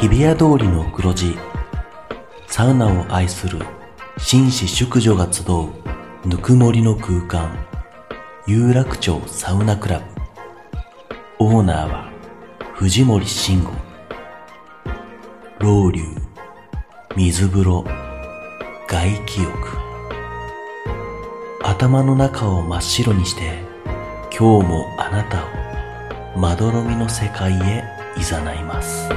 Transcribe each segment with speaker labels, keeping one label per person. Speaker 1: 日比谷通りの黒字サウナを愛する紳士淑女が集うぬくもりの空間有楽町サウナクラブオーナーは藤森慎吾老流水風呂外気浴頭の中を真っ白にして今日もあなたをまどろみの世界へ誘います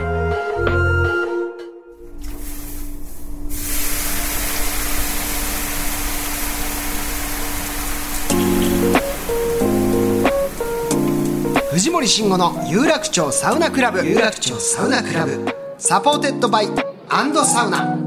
Speaker 2: 藤森慎吾の有楽町サウナクラブ有楽町サウナクラブサポーテッドバイアンドサウナ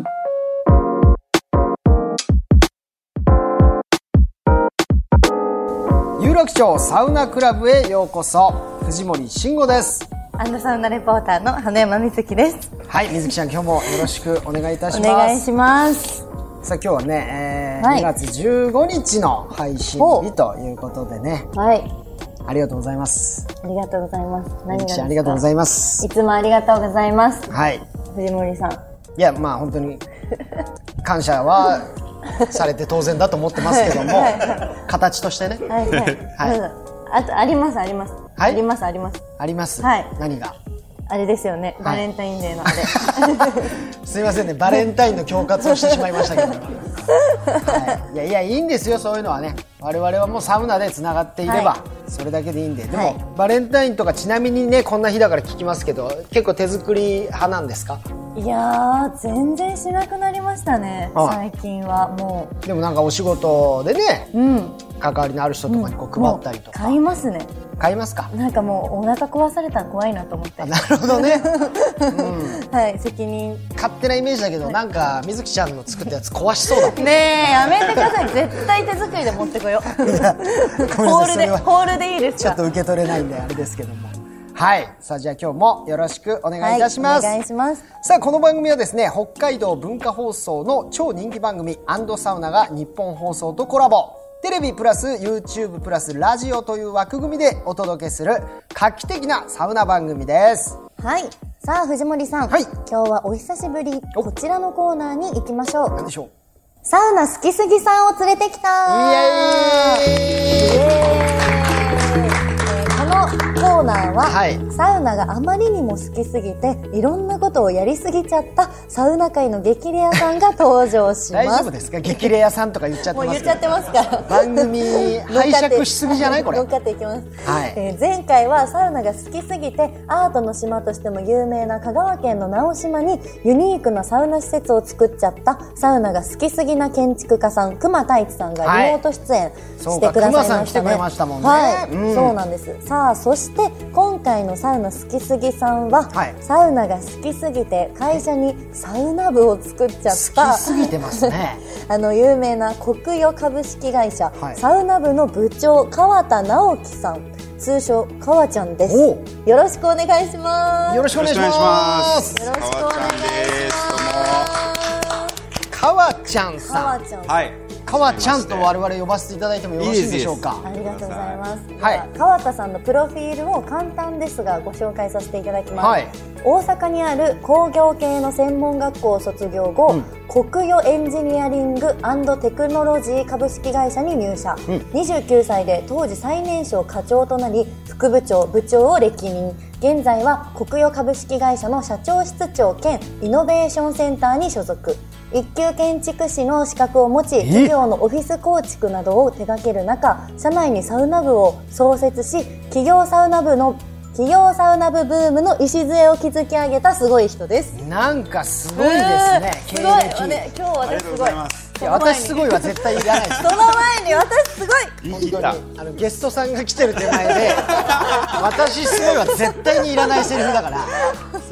Speaker 2: 有楽町サウナクラブへようこそ藤森慎吾です
Speaker 3: アンドサウナレポーターの花山瑞希です。
Speaker 2: はい水木ちゃん今日もよろしくお願いいたし
Speaker 3: お
Speaker 2: ます
Speaker 3: 願いします。
Speaker 2: さあ今日はね、えー
Speaker 3: はい
Speaker 2: 2月15日の配信
Speaker 3: お
Speaker 2: 日ということでね
Speaker 3: はい、
Speaker 2: ありがとうございます
Speaker 3: ありがとうございます。
Speaker 2: 水
Speaker 3: 何
Speaker 2: 木
Speaker 3: が
Speaker 2: ちゃんありがとうござい
Speaker 3: ま
Speaker 2: ます
Speaker 3: いつもありがとうございます。
Speaker 2: はい
Speaker 3: 藤森さん。
Speaker 2: いやまあ本当に感謝はされて当然だと思ってますけども
Speaker 3: はいは
Speaker 2: 形としてね
Speaker 3: はい、はい、
Speaker 2: はい
Speaker 3: どうぞあと、あります、あります。
Speaker 2: はい
Speaker 3: あります、あります。
Speaker 2: あります、
Speaker 3: はい
Speaker 2: 何が
Speaker 3: あれですよね、
Speaker 2: は
Speaker 3: バ
Speaker 2: い
Speaker 3: レンタインデーのあれ。
Speaker 2: すいませんねバレンタインの恐喝をしてしまいました けど、はい、いやいやいいんですよそういうのはね我々はもうサウナでつながっていれば、
Speaker 3: は
Speaker 2: それだけでいいんででも、
Speaker 3: はい
Speaker 2: バレンタインとかちなみにねこんな日だから聞きますけど結構手作り派なんですか
Speaker 3: いやー、全然しなくなりましたね、
Speaker 2: はい
Speaker 3: 最近は。も
Speaker 2: でもなんかお仕事でね
Speaker 3: う、うん。
Speaker 2: 関わりのある人とかにこう配ったりとか、
Speaker 3: もう買いますね。
Speaker 2: 買いますか
Speaker 3: なんかもう、お腹壊されたら怖いなと思って
Speaker 2: あ。なるほどね
Speaker 3: はい、責任。
Speaker 2: 勝手なイメージだけど、なんか水木ちゃんの作ったやつ壊しそうだもん
Speaker 3: ねえ、やめてください。絶対手作りで持ってこよう。
Speaker 2: ごめん
Speaker 3: ホ
Speaker 2: なさい
Speaker 3: ール
Speaker 2: それ
Speaker 3: で、
Speaker 2: は
Speaker 3: ホールでいいです
Speaker 2: ちょっ
Speaker 3: か
Speaker 2: と受け取れないんであれですけどもはいさあじゃあ今日もよろしくお願いいたします、
Speaker 3: はい、お願いします。
Speaker 2: さあこの番組はですね北海道文化放送の超人気番組「アンドサウナ」が日本放送とコラボテレビプラス YouTube プラスラジオという枠組みでお届けする画期的なサウナ番組です
Speaker 3: はい。さあ、藤森さん。
Speaker 2: はい
Speaker 3: 今日はお久しぶり、
Speaker 2: お
Speaker 3: こちらのコーナーに行きましょう。
Speaker 2: 何でしょう
Speaker 3: サウナ好きすぎさんを連れてきた
Speaker 2: イ
Speaker 3: イエーイ
Speaker 2: エーイ
Speaker 3: えーこのコーナーは、
Speaker 2: はい
Speaker 3: サウナがあまりにも好きすぎて、いろんなことをやりすぎちゃったサウナ界の激レアさんが登場します。
Speaker 2: 大丈夫ですか激レアさんとか言っちゃって
Speaker 3: もう
Speaker 2: ま
Speaker 3: 言っ
Speaker 2: す
Speaker 3: ちゃってますから。
Speaker 2: 番組拝借しすぎじゃないこれ
Speaker 3: 乗っかっていきます、
Speaker 2: はい
Speaker 3: えー前回はサウナが好きすぎてアートの島としても有名な香川県の直島にユニークなサウナ施設を作っちゃったサウナが好きすぎな建築家さん熊太一さんが
Speaker 2: はい
Speaker 3: リモート出演
Speaker 2: そう
Speaker 3: し
Speaker 2: か
Speaker 3: てくださいま
Speaker 2: 熊さん
Speaker 3: し
Speaker 2: 来
Speaker 3: た
Speaker 2: て
Speaker 3: ね
Speaker 2: くれましたもんね
Speaker 3: はい、
Speaker 2: うん
Speaker 3: そうなんですさあそして今回のサウナ好きすぎさんは、
Speaker 2: はい
Speaker 3: サウナが好きすぎて会社にサウナ部を作っちゃっ
Speaker 2: 好
Speaker 3: た
Speaker 2: きすぎてますね
Speaker 3: あの有名な国与株式会社、
Speaker 2: はい
Speaker 3: サウナ部の部長川田直樹さん通称川ちゃんです
Speaker 2: お
Speaker 3: よろしくお願いします
Speaker 2: よろ
Speaker 3: し
Speaker 2: しくお願いします
Speaker 3: よろしくお願いします
Speaker 2: かわちゃんさ
Speaker 3: 川
Speaker 2: ん
Speaker 3: ちゃん、
Speaker 4: はい。
Speaker 2: かわちゃんと我々呼ばせていただいてもよろしいでしょうか
Speaker 3: ありがとうございます、で
Speaker 2: はい
Speaker 3: は川田さんのプロフィールを簡単ですがご紹介させていただきます、
Speaker 2: はい
Speaker 3: 大阪にある工業系の専門学校を卒業後、国与エンジニアリングテクノロジー株式会社に入社、29歳で当時最年少課長となり副部長部長を歴任現在は国与株式会社の社長室長兼イノベーションセンターに所属一級建築士の資格を持ち企業のオフィス構築などを手掛ける中社内にサウナ部を創設し企業サウナ部の企業サウナ部ブームの礎を築き上げたすごい人です。
Speaker 2: なんかすごいですね
Speaker 3: う
Speaker 2: 経
Speaker 3: ーんすごい、
Speaker 2: 歴
Speaker 3: ね、今日
Speaker 4: あり
Speaker 3: 私
Speaker 4: が
Speaker 3: す
Speaker 4: と
Speaker 3: ごい。
Speaker 4: うございます。
Speaker 2: いや私すごいは絶対いらない です
Speaker 3: その前に私すごい。
Speaker 4: 言い
Speaker 2: 本
Speaker 4: 切
Speaker 2: 当
Speaker 4: った。
Speaker 2: にあのゲストさんが来てる手前で私すごいは絶対にいらないセリフだから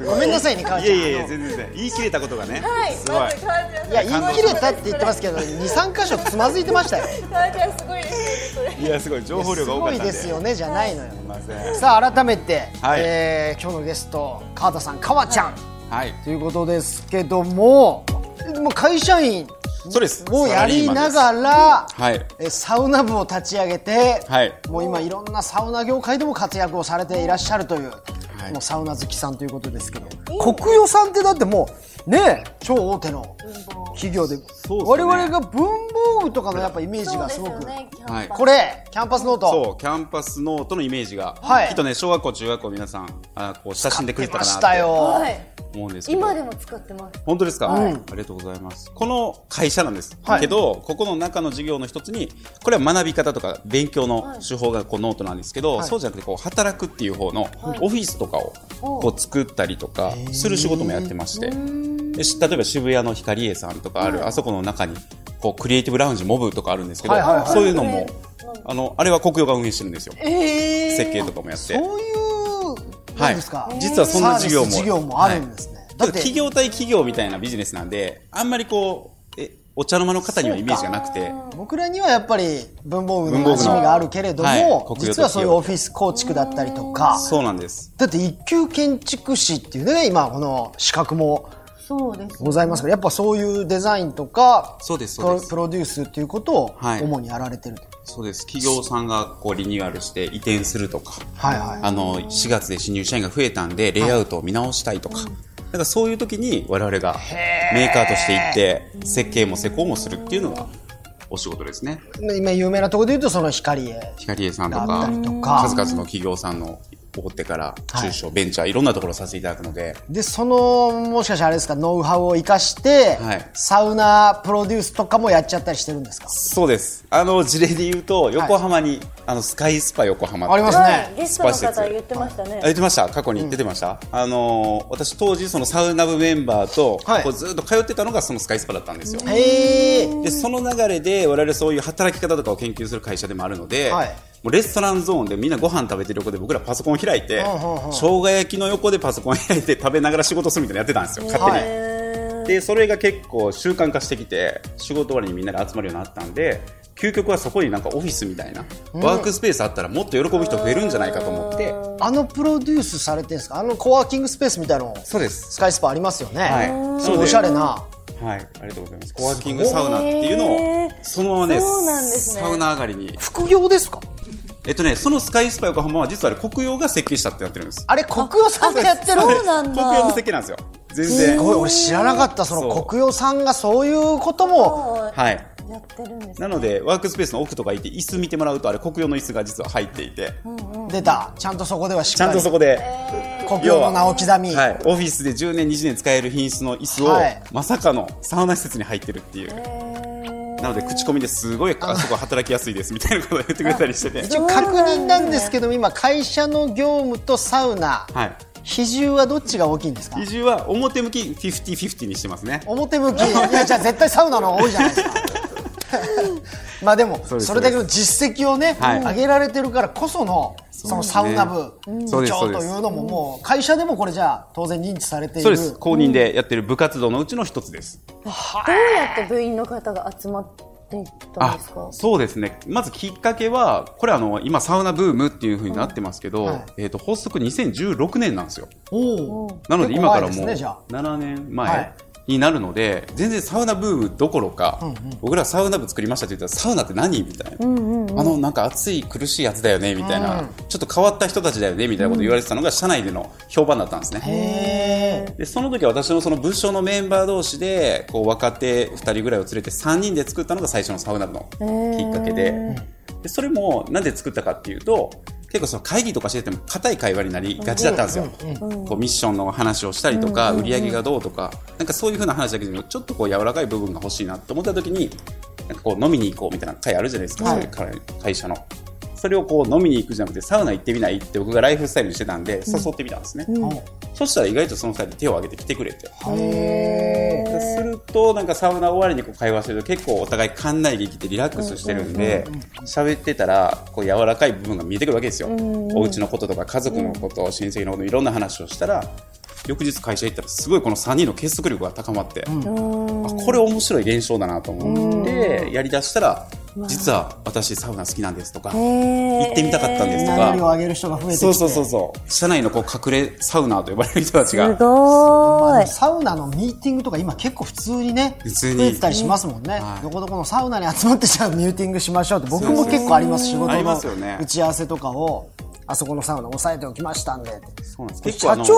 Speaker 2: ごめんなさいねかわ
Speaker 4: い
Speaker 2: ち
Speaker 4: や
Speaker 2: ゃん
Speaker 4: いやいや
Speaker 2: あの
Speaker 4: 全然全然。言い切れたことがね。
Speaker 3: はい、
Speaker 4: すごい
Speaker 3: ま。ず川ちゃん
Speaker 2: いや
Speaker 4: 感動
Speaker 2: 言い切れたって言ってますけど23箇所つまずいてましたよ
Speaker 3: 川ちゃんすごいですよね。
Speaker 4: いやすごい情報量
Speaker 2: す
Speaker 4: が多か
Speaker 2: ご
Speaker 4: ったん
Speaker 2: いで
Speaker 4: で。
Speaker 2: すよねじゃないのよ
Speaker 4: すいません。
Speaker 2: さあ改めて、
Speaker 4: はい
Speaker 2: えー今日のゲスト川田さん川ちゃん、
Speaker 4: はい。
Speaker 2: ということですけども、でも会社員
Speaker 4: そうです
Speaker 2: をやりな
Speaker 4: ら
Speaker 2: がら、
Speaker 4: はい
Speaker 2: えサウナ部を立ち上げて、
Speaker 4: はい
Speaker 2: もう今いろんなサウナ業界でも活躍をされていらっしゃるという、
Speaker 4: い
Speaker 2: もうサウナ好きさんということですけど、国与さんってだってもうねえ超大手の企業で
Speaker 4: そうですね
Speaker 2: 我々が文房具とかのやっぱイメージ
Speaker 3: そう
Speaker 2: が
Speaker 3: ですす
Speaker 2: ご
Speaker 3: よ
Speaker 2: く
Speaker 3: ね。キャンパ
Speaker 4: はい
Speaker 2: これキャンパスノート
Speaker 4: そうキャンパスノートのイメージが、
Speaker 2: はい
Speaker 4: きっとね小学校中学校皆さんあこう親しんでくれ
Speaker 2: 出
Speaker 4: た
Speaker 2: ま
Speaker 4: か
Speaker 2: した
Speaker 4: なと
Speaker 2: よ、
Speaker 3: はい。
Speaker 4: 思うんですけど
Speaker 3: 今でも使ってます。
Speaker 4: 本当ですか、ありがとうございますこの会社なんです、
Speaker 2: はい
Speaker 4: けどここの中の授業の一つにこれは学び方とか勉強の手法がこうノートなんですけど、そうじゃなくてこう働くっていう方のオフィスとかをこう作ったりとかする仕事もやってまして、でし例えば渋谷の光栄さんとかある、あそこの中にこうクリエイティブラウンジモブとかあるんですけど、
Speaker 2: はいはいはい
Speaker 4: そういうのもあのあれは国用が運営してるんですよ
Speaker 2: えー
Speaker 4: 設計とかもやって
Speaker 2: そういうなんですか、
Speaker 4: はい実はそんな授業も
Speaker 2: サービス業もあるんですね、
Speaker 4: だって企業対企業みたいなビジネスなんであんまりこうえお茶の間の方にはイメージがなくて。
Speaker 2: 僕らにはやっぱり文房具の
Speaker 4: 文房具
Speaker 2: 馴
Speaker 4: の
Speaker 2: 染みがあるけれども、
Speaker 4: はい
Speaker 2: 実はそういうオフィス構築だったりとか
Speaker 4: そうなんです。
Speaker 2: だって一級建築士っていうね今この資格も
Speaker 3: そうです。
Speaker 2: ございますからやっぱそういうデザインとか
Speaker 4: そうです
Speaker 2: プロ
Speaker 4: そうです
Speaker 2: プロデュースっていうことを
Speaker 4: はい
Speaker 2: 主にやられてると、
Speaker 4: そうです。企業さんがこうリニューアルして移転するとか、
Speaker 2: はい、はい
Speaker 4: あの4月で新入社員が増えたんでレイアウトを見直したいとか、なんかそういう時に我々がメーカーとして行って設計も施工もするっていうのがお仕事ですね。
Speaker 2: 今有名なところで言うとその光栄
Speaker 4: 光栄さんと
Speaker 2: だった
Speaker 4: か
Speaker 2: りとか
Speaker 4: 数々の企業さんの大手から中小ベンチャーいろんなところさせていただくので、
Speaker 2: でそのもしかしてあれですかノウハウを生かして、
Speaker 4: はい
Speaker 2: サウナプロデュースとかもやっちゃったりしてるんですか
Speaker 4: そうです。あの事例で言うと横浜に、あのスカイスパ横浜って
Speaker 2: ありますね
Speaker 3: はい。ゲストの
Speaker 4: スパ施設
Speaker 3: 方言ってましたね
Speaker 4: あ。言ってました過去に出てました、あのー私当時そのサウナ部メンバーと、
Speaker 2: はい
Speaker 4: こうずっと通ってたのがそのスカイスパだったんですよ、
Speaker 2: へえ
Speaker 4: でその流れで我々そういう働き方とかを研究する会社でもあるので、
Speaker 2: はい
Speaker 4: もうレストランゾーンでみんなご飯食べてる横で僕らパソコン開いて、
Speaker 2: うんうんうん
Speaker 4: 生姜焼きの横でパソコン開いて食べながら仕事するみたいなのやってたんですよ勝手に、
Speaker 3: へ
Speaker 4: でそれが結構習慣化してきて仕事終わりにみんなで集まるようになったんで究極はそこになんかオフィスみたいな、ワークスペースあったらもっと喜ぶ人増えるんじゃないかと思って
Speaker 2: あのプロデュースされてるんですかあのコワーキングスペースみたいなの
Speaker 4: そうです
Speaker 2: スカイスパありますよね、
Speaker 4: はい
Speaker 2: そうおしゃれな
Speaker 4: はい、ありがとうございます。コワーキングサウナっていうの
Speaker 3: へ
Speaker 4: を
Speaker 3: ー、
Speaker 4: そのままね、
Speaker 3: そうなんですね
Speaker 4: サウナ上がりに。
Speaker 2: 副業ですか
Speaker 4: えっとね、そのスカイスパ横浜は実はあれ国用が設計したってなってるんです。
Speaker 2: あれ国用さんがやってる
Speaker 3: そうなん
Speaker 4: 国用の
Speaker 3: だ。
Speaker 4: 設計なんですよ。全
Speaker 2: す
Speaker 4: 然。
Speaker 2: ごい俺知らなかったそ
Speaker 4: そ
Speaker 2: の
Speaker 4: う
Speaker 2: 国用さんがそういうことも
Speaker 4: はい。
Speaker 3: やってるんですね。
Speaker 4: なので、ワークスペースの奥とか行って、椅子見てもらうと、あれ国用の椅子が実は入っていて、
Speaker 2: 出たちゃんとそこではしっ
Speaker 4: ちゃ
Speaker 2: か
Speaker 4: ん
Speaker 2: り
Speaker 4: とそこで、
Speaker 2: 国用の名を刻み、
Speaker 4: はい、オフィスで10年、20年使える品質の椅子を、
Speaker 2: はい
Speaker 4: まさかのサウナ施設に入ってるっていう。なので、口コミですごい、あそこ働きやすいですみたいなことを言ってくれたりしてて。
Speaker 2: 一応確認なんですけど今会社の業務とサウナ、
Speaker 4: はい。
Speaker 2: 比重はどっちが大きいんですか
Speaker 4: 比重は表向き50-50にしてますね。
Speaker 2: 表向きいやじゃあ絶対サウナの方が多いじゃないですか まあでも
Speaker 4: そうです
Speaker 2: それだけの実績をね、
Speaker 4: はい
Speaker 2: 上げられてるからこそのそのサウナ部
Speaker 4: そうですねそう
Speaker 2: 部長
Speaker 4: です
Speaker 2: というのももう会社でもこれじゃあ当然認知されてい
Speaker 4: そう
Speaker 2: る
Speaker 4: です。公認でやってる部活動のうちの一つです。
Speaker 3: どうやって部員の方が集まっていったんですか。
Speaker 4: そうですね。まずきっかけは、これあの、今サウナブームっていうふうになってますけど、
Speaker 2: はい
Speaker 4: えっ、と、発足2016年なんですよ。
Speaker 2: おう
Speaker 4: なので
Speaker 2: 結
Speaker 4: 今
Speaker 2: 構前
Speaker 4: から
Speaker 2: です
Speaker 4: もう
Speaker 2: ねじゃあ
Speaker 4: 7年
Speaker 2: はい
Speaker 4: 前になるので、全然サウナブームどころか、僕らサウナ部作りましたって言ったら、サウナって何みたいな、あの、なんか暑い苦しいやつだよねみたいな、ちょっと変わった人たちだよねみたいなこと言われてたのが、社内での評判だったんですね。
Speaker 2: へー
Speaker 4: でその時は私のその部署のメンバー同士でこう若手2人ぐらいを連れて3人で作ったのが最初のサウナ部のきっかけで,、でそれもなんで作ったかっていうと結構その会議とかしてても硬い会話になりがちだったんですよ、こうミッションの話をしたりとか、売り上げがどうとかなんかそういうふうな話だけどちょっとこう柔らかい部分が欲しいなと思った時になんかこう飲みに行こうみたいな会あるじゃないですか、そういう会会社の。それをこう飲みに行くじゃなくてサウナ行ってみないって僕がライフスタイルにしてたんで誘ってみたんですね、そしたら意外とその2人手を挙げて来てくれて。
Speaker 2: へ
Speaker 4: でするとなんかサウナ終わりにこう会話してると結構お互い館内劇ってリラックスしてるんで喋ってたらこう柔らかい部分が見えてくるわけですよお家のこととか家族のこと親戚のこといろんな話をしたら翌日会社行ったらすごいこの3人の結束力が高まってあこれ面白い現象だなと思ってやりだしたら実は私サウナ好きなんですとか、
Speaker 3: へー
Speaker 4: 行ってみたかったんですと
Speaker 2: 名
Speaker 4: か
Speaker 2: 乗りを、上げる人が増えてきて
Speaker 4: そうそうそうそう、社内のこう隠れサウナーと呼ばれる人たち
Speaker 3: す
Speaker 4: が、
Speaker 3: ごーい。
Speaker 2: サウナのミーティングとか今結構普通にね
Speaker 4: 普通に
Speaker 2: 増えてたりしますもんね、
Speaker 4: はい
Speaker 2: どこどこのサウナに集まってじゃあミーティングしましょうって僕も結構あります仕
Speaker 4: あ
Speaker 2: 事
Speaker 4: り
Speaker 2: の
Speaker 4: ますよね
Speaker 2: 打ち合わせとかをあそこのサウナ押さえておきましたんでって
Speaker 4: そうなんです
Speaker 2: 社
Speaker 4: あの
Speaker 2: 長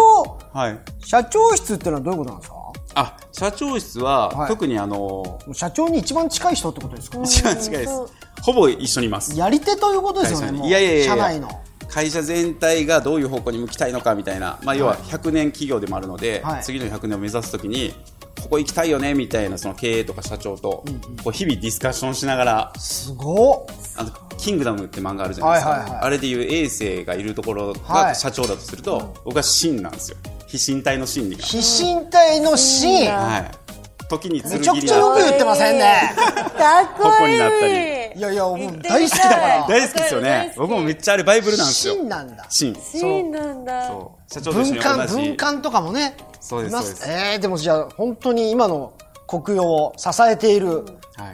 Speaker 4: はい。
Speaker 2: 社長室っていうのはどういうことなんですかも
Speaker 4: あ、社長室は、
Speaker 2: はい
Speaker 4: 特にあの、
Speaker 2: う社長に一番近い人ってことですか
Speaker 4: 違う違うです。ほぼ一緒にいます。
Speaker 2: やり手ということですよね
Speaker 4: 会社に
Speaker 2: もう
Speaker 4: いやいやいやいや
Speaker 2: 社内の
Speaker 4: 会社全体がどういう方向に向きたいのかみたいな、まあ、要は100年企業でもあるので、
Speaker 2: はい
Speaker 4: 次の100年を目指すときにここ行きたいよねみたいなその経営とか社長とこう日々ディスカッションしながら
Speaker 2: すごっ
Speaker 4: 「あのキングダム」って漫画あるじゃないですか、
Speaker 2: はいはいはい
Speaker 4: あれでいう衛星がいるところ
Speaker 2: はい
Speaker 4: が社長だとすると、僕は真なんですよ非身体の真理が、
Speaker 2: 非身体のシーン
Speaker 4: はい、時に剣
Speaker 2: めちゃくちゃ
Speaker 4: が
Speaker 2: よく言ってませんね
Speaker 3: かっこ
Speaker 4: こ
Speaker 3: い
Speaker 4: に
Speaker 3: い。
Speaker 4: なったり
Speaker 2: いやいやもう大好きだから
Speaker 4: 大好きですよね僕もめっちゃあれバイブルなんです
Speaker 2: シ
Speaker 4: よ
Speaker 2: ーンなんだ
Speaker 4: 真
Speaker 3: シーンなんだ。
Speaker 4: そう社長と一
Speaker 2: 文
Speaker 4: 緒に同
Speaker 2: 官
Speaker 4: じ
Speaker 2: 文官とかもね
Speaker 4: そうです
Speaker 2: います
Speaker 4: そうです
Speaker 2: えーでもじゃあ本当に今の国用を支えている、
Speaker 4: はい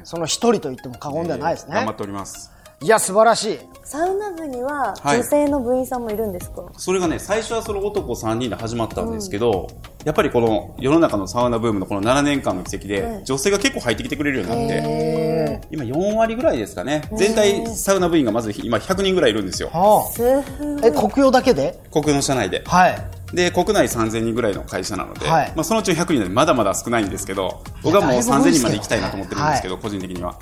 Speaker 2: その一人と言っても過言ではないですね、
Speaker 4: 頑張っております
Speaker 2: いや素晴らしい
Speaker 3: サウナ部には
Speaker 4: はい
Speaker 3: 女性の部員さんもいるんですか。
Speaker 4: それがね最初はその男3人で始まったんですけど、やっぱりこの世の中のサウナブームのこの7年間の奇跡で、女性が結構入ってきてくれるようになって今4割ぐらいですかね全体サウナ部員がまず今100人ぐらいいるんですよ
Speaker 2: ああ
Speaker 3: すごい。
Speaker 2: え国用だけで
Speaker 4: 国の社内で
Speaker 2: はい
Speaker 4: で国内3000人ぐらいの会社なので、
Speaker 2: はい
Speaker 4: まあ、そのうちの100人なんでまだまだ少ないんですけど僕はもう
Speaker 2: だいぶ多い
Speaker 4: 3000
Speaker 2: です
Speaker 4: 人
Speaker 2: よ
Speaker 4: まで行きたいなと思ってるんですけど、個人的には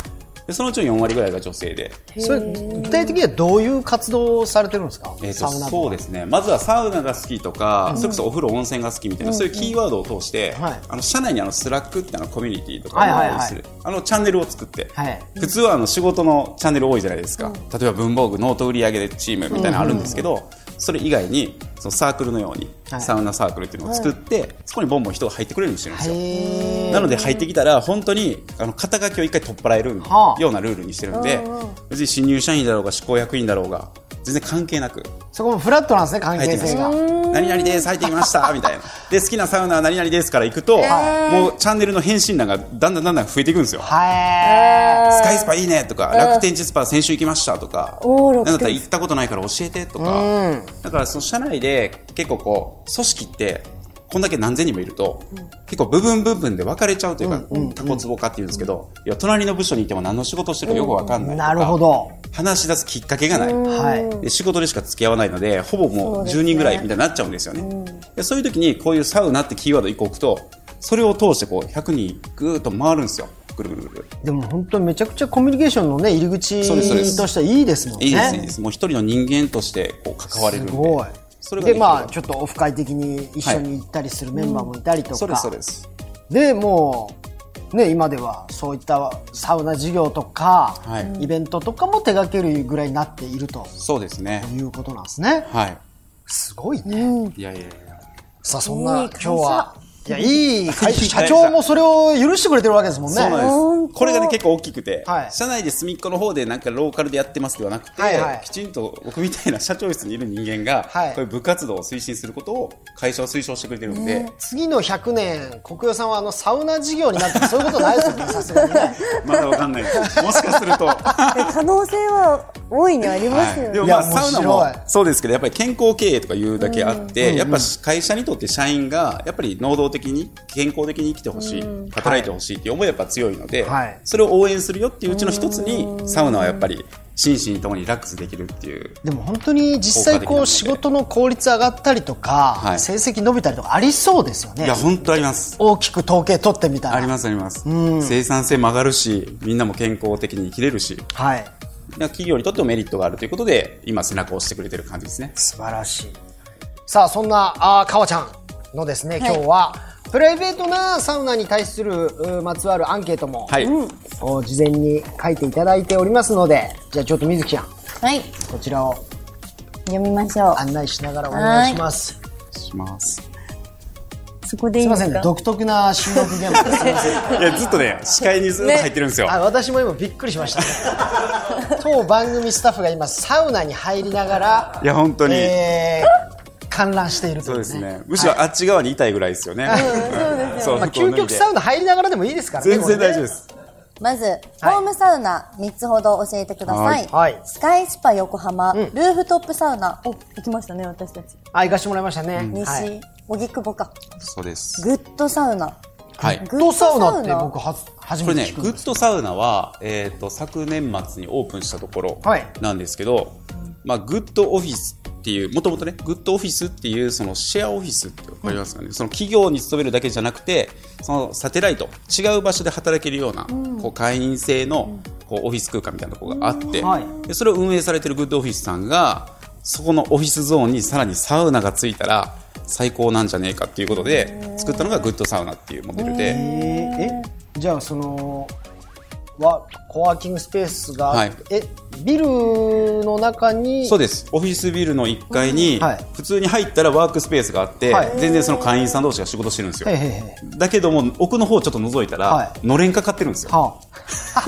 Speaker 4: でそのうちの4割ぐらいが女性で
Speaker 2: それ具体的にはどういう活動をされてるんですか、
Speaker 4: えー、
Speaker 2: サ
Speaker 4: と
Speaker 2: ウナ部
Speaker 4: そうですねまずはサウナが好きとか、それこそお風呂温泉が好きみたいな、そういうキーワードを通して、
Speaker 2: はい
Speaker 4: あの社内にあのスラックってあのコミュニティとか
Speaker 2: はいはいはい
Speaker 4: を用意する、あのチャンネルを作って、
Speaker 2: はい
Speaker 4: 普通はあの仕事のチャンネル多いじゃないですか、例えば文房具ノート売り上げでチームみたいなのあるんですけど、それ以外にそのサークルのように、
Speaker 2: はい
Speaker 4: サウナサークルっていうのを作って、そこにボンボン人が入ってくれるようにしてるんですよ。
Speaker 2: へ
Speaker 4: なので入ってきたら本当にあの肩書きを一回取っ払える
Speaker 2: はあ
Speaker 4: ようなルールにしてるんで、別に新入社員だろうが執行役員だろうが全然関係なく
Speaker 2: ーそこもフラットなんですね関
Speaker 4: 入って
Speaker 2: 係
Speaker 4: きま
Speaker 2: 性
Speaker 4: した
Speaker 2: が
Speaker 4: 何々です入ってきま したみたいなで好きなサウナは何々ですから行くと、もうチャンネルの返信欄がだんだんだんだん増えていくんですよ、
Speaker 2: はい
Speaker 4: スカイスパいいねとか、楽天地スパ先週行きましたとか、
Speaker 3: おー
Speaker 4: なんだっ
Speaker 3: 楽
Speaker 4: たら
Speaker 3: 天
Speaker 4: 行ったことないから教えてとか、だからその社内で結構こう、組織って、こんだけ何千人もいると、結構部分部分で分かれちゃうというか、タコツボ化っていうんですけど、いや、隣の部署にいても何の仕事してるかよくわかんないとか、
Speaker 2: なるほど
Speaker 4: 話し出すきっかけがない。
Speaker 2: はい
Speaker 4: で仕事でしか付き合わないのでほぼもう10人ぐらいみたいになっちゃうんですよねそうでそういう時にこういうサウナってキーワード1個置くとそれを通してこう100人ぐーっと回るんですよぐるぐるぐるぐる
Speaker 2: でも本当にめちゃくちゃコミュニケーションのね入り口
Speaker 4: そうですそうです
Speaker 2: としてはいいですもんね
Speaker 4: いいですねいいですもう一人の人間としてこう関われるんです
Speaker 2: ごい
Speaker 4: それが
Speaker 2: で
Speaker 4: で
Speaker 2: まあ
Speaker 4: き
Speaker 2: ちょっとオフ会的に一緒に行ったりするメンバーもいたりとか、
Speaker 4: るそうですそうです
Speaker 2: でもうね今ではそういったサウナ事業とか、
Speaker 4: はい
Speaker 2: イベントとかも手掛けるぐらいになっていると
Speaker 4: そうですね
Speaker 2: いうことなんですね
Speaker 4: は
Speaker 2: すごいね、
Speaker 4: いいやいやいや
Speaker 2: さあそんない
Speaker 3: い
Speaker 2: 今日
Speaker 3: 会社
Speaker 2: はいやいい会
Speaker 4: いい会
Speaker 2: 社
Speaker 4: 社
Speaker 2: 長もそれを許してくれてるわけですもんね
Speaker 4: そうな
Speaker 3: 本
Speaker 4: ん
Speaker 3: 当
Speaker 4: ですこれがね結構大きくて、
Speaker 2: はい
Speaker 4: 社内で隅っこの方でなんかローカルでやってますではなくて、
Speaker 2: はいはい
Speaker 4: きちんと僕みたいな社長室にいる人間が、
Speaker 2: はい
Speaker 4: こういう部活動を推進することを会社は推奨してくれてるので、
Speaker 2: 次の100年国用さんはあのサウナ事業になってもそういうことないですよねさすがにね
Speaker 4: まだわかんないです。もしかすると。は
Speaker 3: え可能性は大いにあります
Speaker 4: い、
Speaker 3: よ
Speaker 4: で
Speaker 3: ね。
Speaker 4: もまあ
Speaker 2: いや面白
Speaker 4: サ
Speaker 2: い
Speaker 4: ウナもそうですけどやっぱり健康経営とかいうだけあって、やっぱ会社にとって社員がやっぱり能動的に健康的に生きてほしい、働いてほしいっていう思いはやっぱ強いので、
Speaker 2: はい
Speaker 4: それを応援するよっていううちの一つにサウナはやっぱり心身ともにリラックスできるっていう
Speaker 2: でも本当に実際こう
Speaker 4: 効果的なので
Speaker 2: 仕事の効率上がったりとか、
Speaker 4: はい
Speaker 2: 成績伸びたりとかありそうですよ
Speaker 4: い
Speaker 2: ね
Speaker 4: や本当あります
Speaker 2: 大きく統計取ってみたら
Speaker 4: ありますあります生産性も上がるしみんなも健康的に生きれるし
Speaker 2: はい
Speaker 4: 企業にとってもメリットがあるということで今背中を押してくれてる感じですね
Speaker 2: 素晴らしいさあそんなあーかわちゃんのですね、今日はプライベートなサウナに対するうーまつわるアンケートも、
Speaker 4: はい、
Speaker 2: お事前に書いていただいておりますのでじゃあちょっと水木ちゃん
Speaker 3: はい。
Speaker 2: こちらを
Speaker 3: 読みましょ
Speaker 2: 案内しながらお願いします
Speaker 4: します
Speaker 3: う。そこでい
Speaker 2: すい
Speaker 3: い
Speaker 2: ま
Speaker 3: で
Speaker 2: せん
Speaker 3: す
Speaker 2: ね
Speaker 3: か。
Speaker 2: 独特な収録現場ですいません
Speaker 4: いやずっとね視界にずっと入ってるんですよ、
Speaker 2: あ私も今びっくりしました ね当番組スタッフが今サウナに入りながら
Speaker 4: いや本当に、
Speaker 2: えー観覧しているとい
Speaker 4: そう
Speaker 2: うね
Speaker 4: ですねむしろあっち側にいたいぐらいですよね、そうです
Speaker 2: まあ、究極サウナ入りながらでもいいですからね
Speaker 4: 全然大丈夫で
Speaker 2: こ
Speaker 4: す
Speaker 3: まず、
Speaker 2: はい
Speaker 3: ホームサウナ3つほど教えてください。
Speaker 2: はいはい
Speaker 3: スカイスパ横浜、
Speaker 2: ん
Speaker 3: ルーフトップサウナ。お、行きましたね、私たち。
Speaker 2: あ、行かしてもらいましたね。
Speaker 3: 西、
Speaker 2: はい。
Speaker 3: 荻窪か。
Speaker 4: そうです。
Speaker 3: グッドサウナ。
Speaker 4: はい。
Speaker 3: グ
Speaker 2: グッドサウナって僕は初
Speaker 4: こ
Speaker 2: め
Speaker 4: れ
Speaker 2: て聞、
Speaker 4: ね
Speaker 2: くん
Speaker 4: グ
Speaker 2: です
Speaker 4: ッドサウナは、えっ、と、昨年末にオープンしたところ
Speaker 2: はい
Speaker 4: なんですけど、まあ、グッドオフィスっていう、もともとね、グッドオフィスっていう、そのシェアオフィスってわかりますかね、その企業に勤めるだけじゃなくて、そのサテライト、違う場所で働けるような、こう、会員制の、こう、オフィス空間みたいなところがあって、
Speaker 2: はい
Speaker 4: でそれを運営されてるグッドオフィスさんがそこのオフィスゾーンにさらにサウナがついたら最高なんじゃねえかっていうことで作ったのがグッドサウナっていうモデルで
Speaker 2: えーえじゃあそのはコワーキングスペースが、
Speaker 4: はい
Speaker 2: えビルの中に
Speaker 4: そうですオフィスビルの1階に
Speaker 2: はい
Speaker 4: 普通に入ったらワークスペースがあって
Speaker 2: はい
Speaker 4: 全然その会員さん同士が仕事してるんですよ
Speaker 2: はいはいはい
Speaker 4: だけども奥の方ちょっと覗いた
Speaker 2: は
Speaker 4: らのれんかかってるんですよ
Speaker 2: は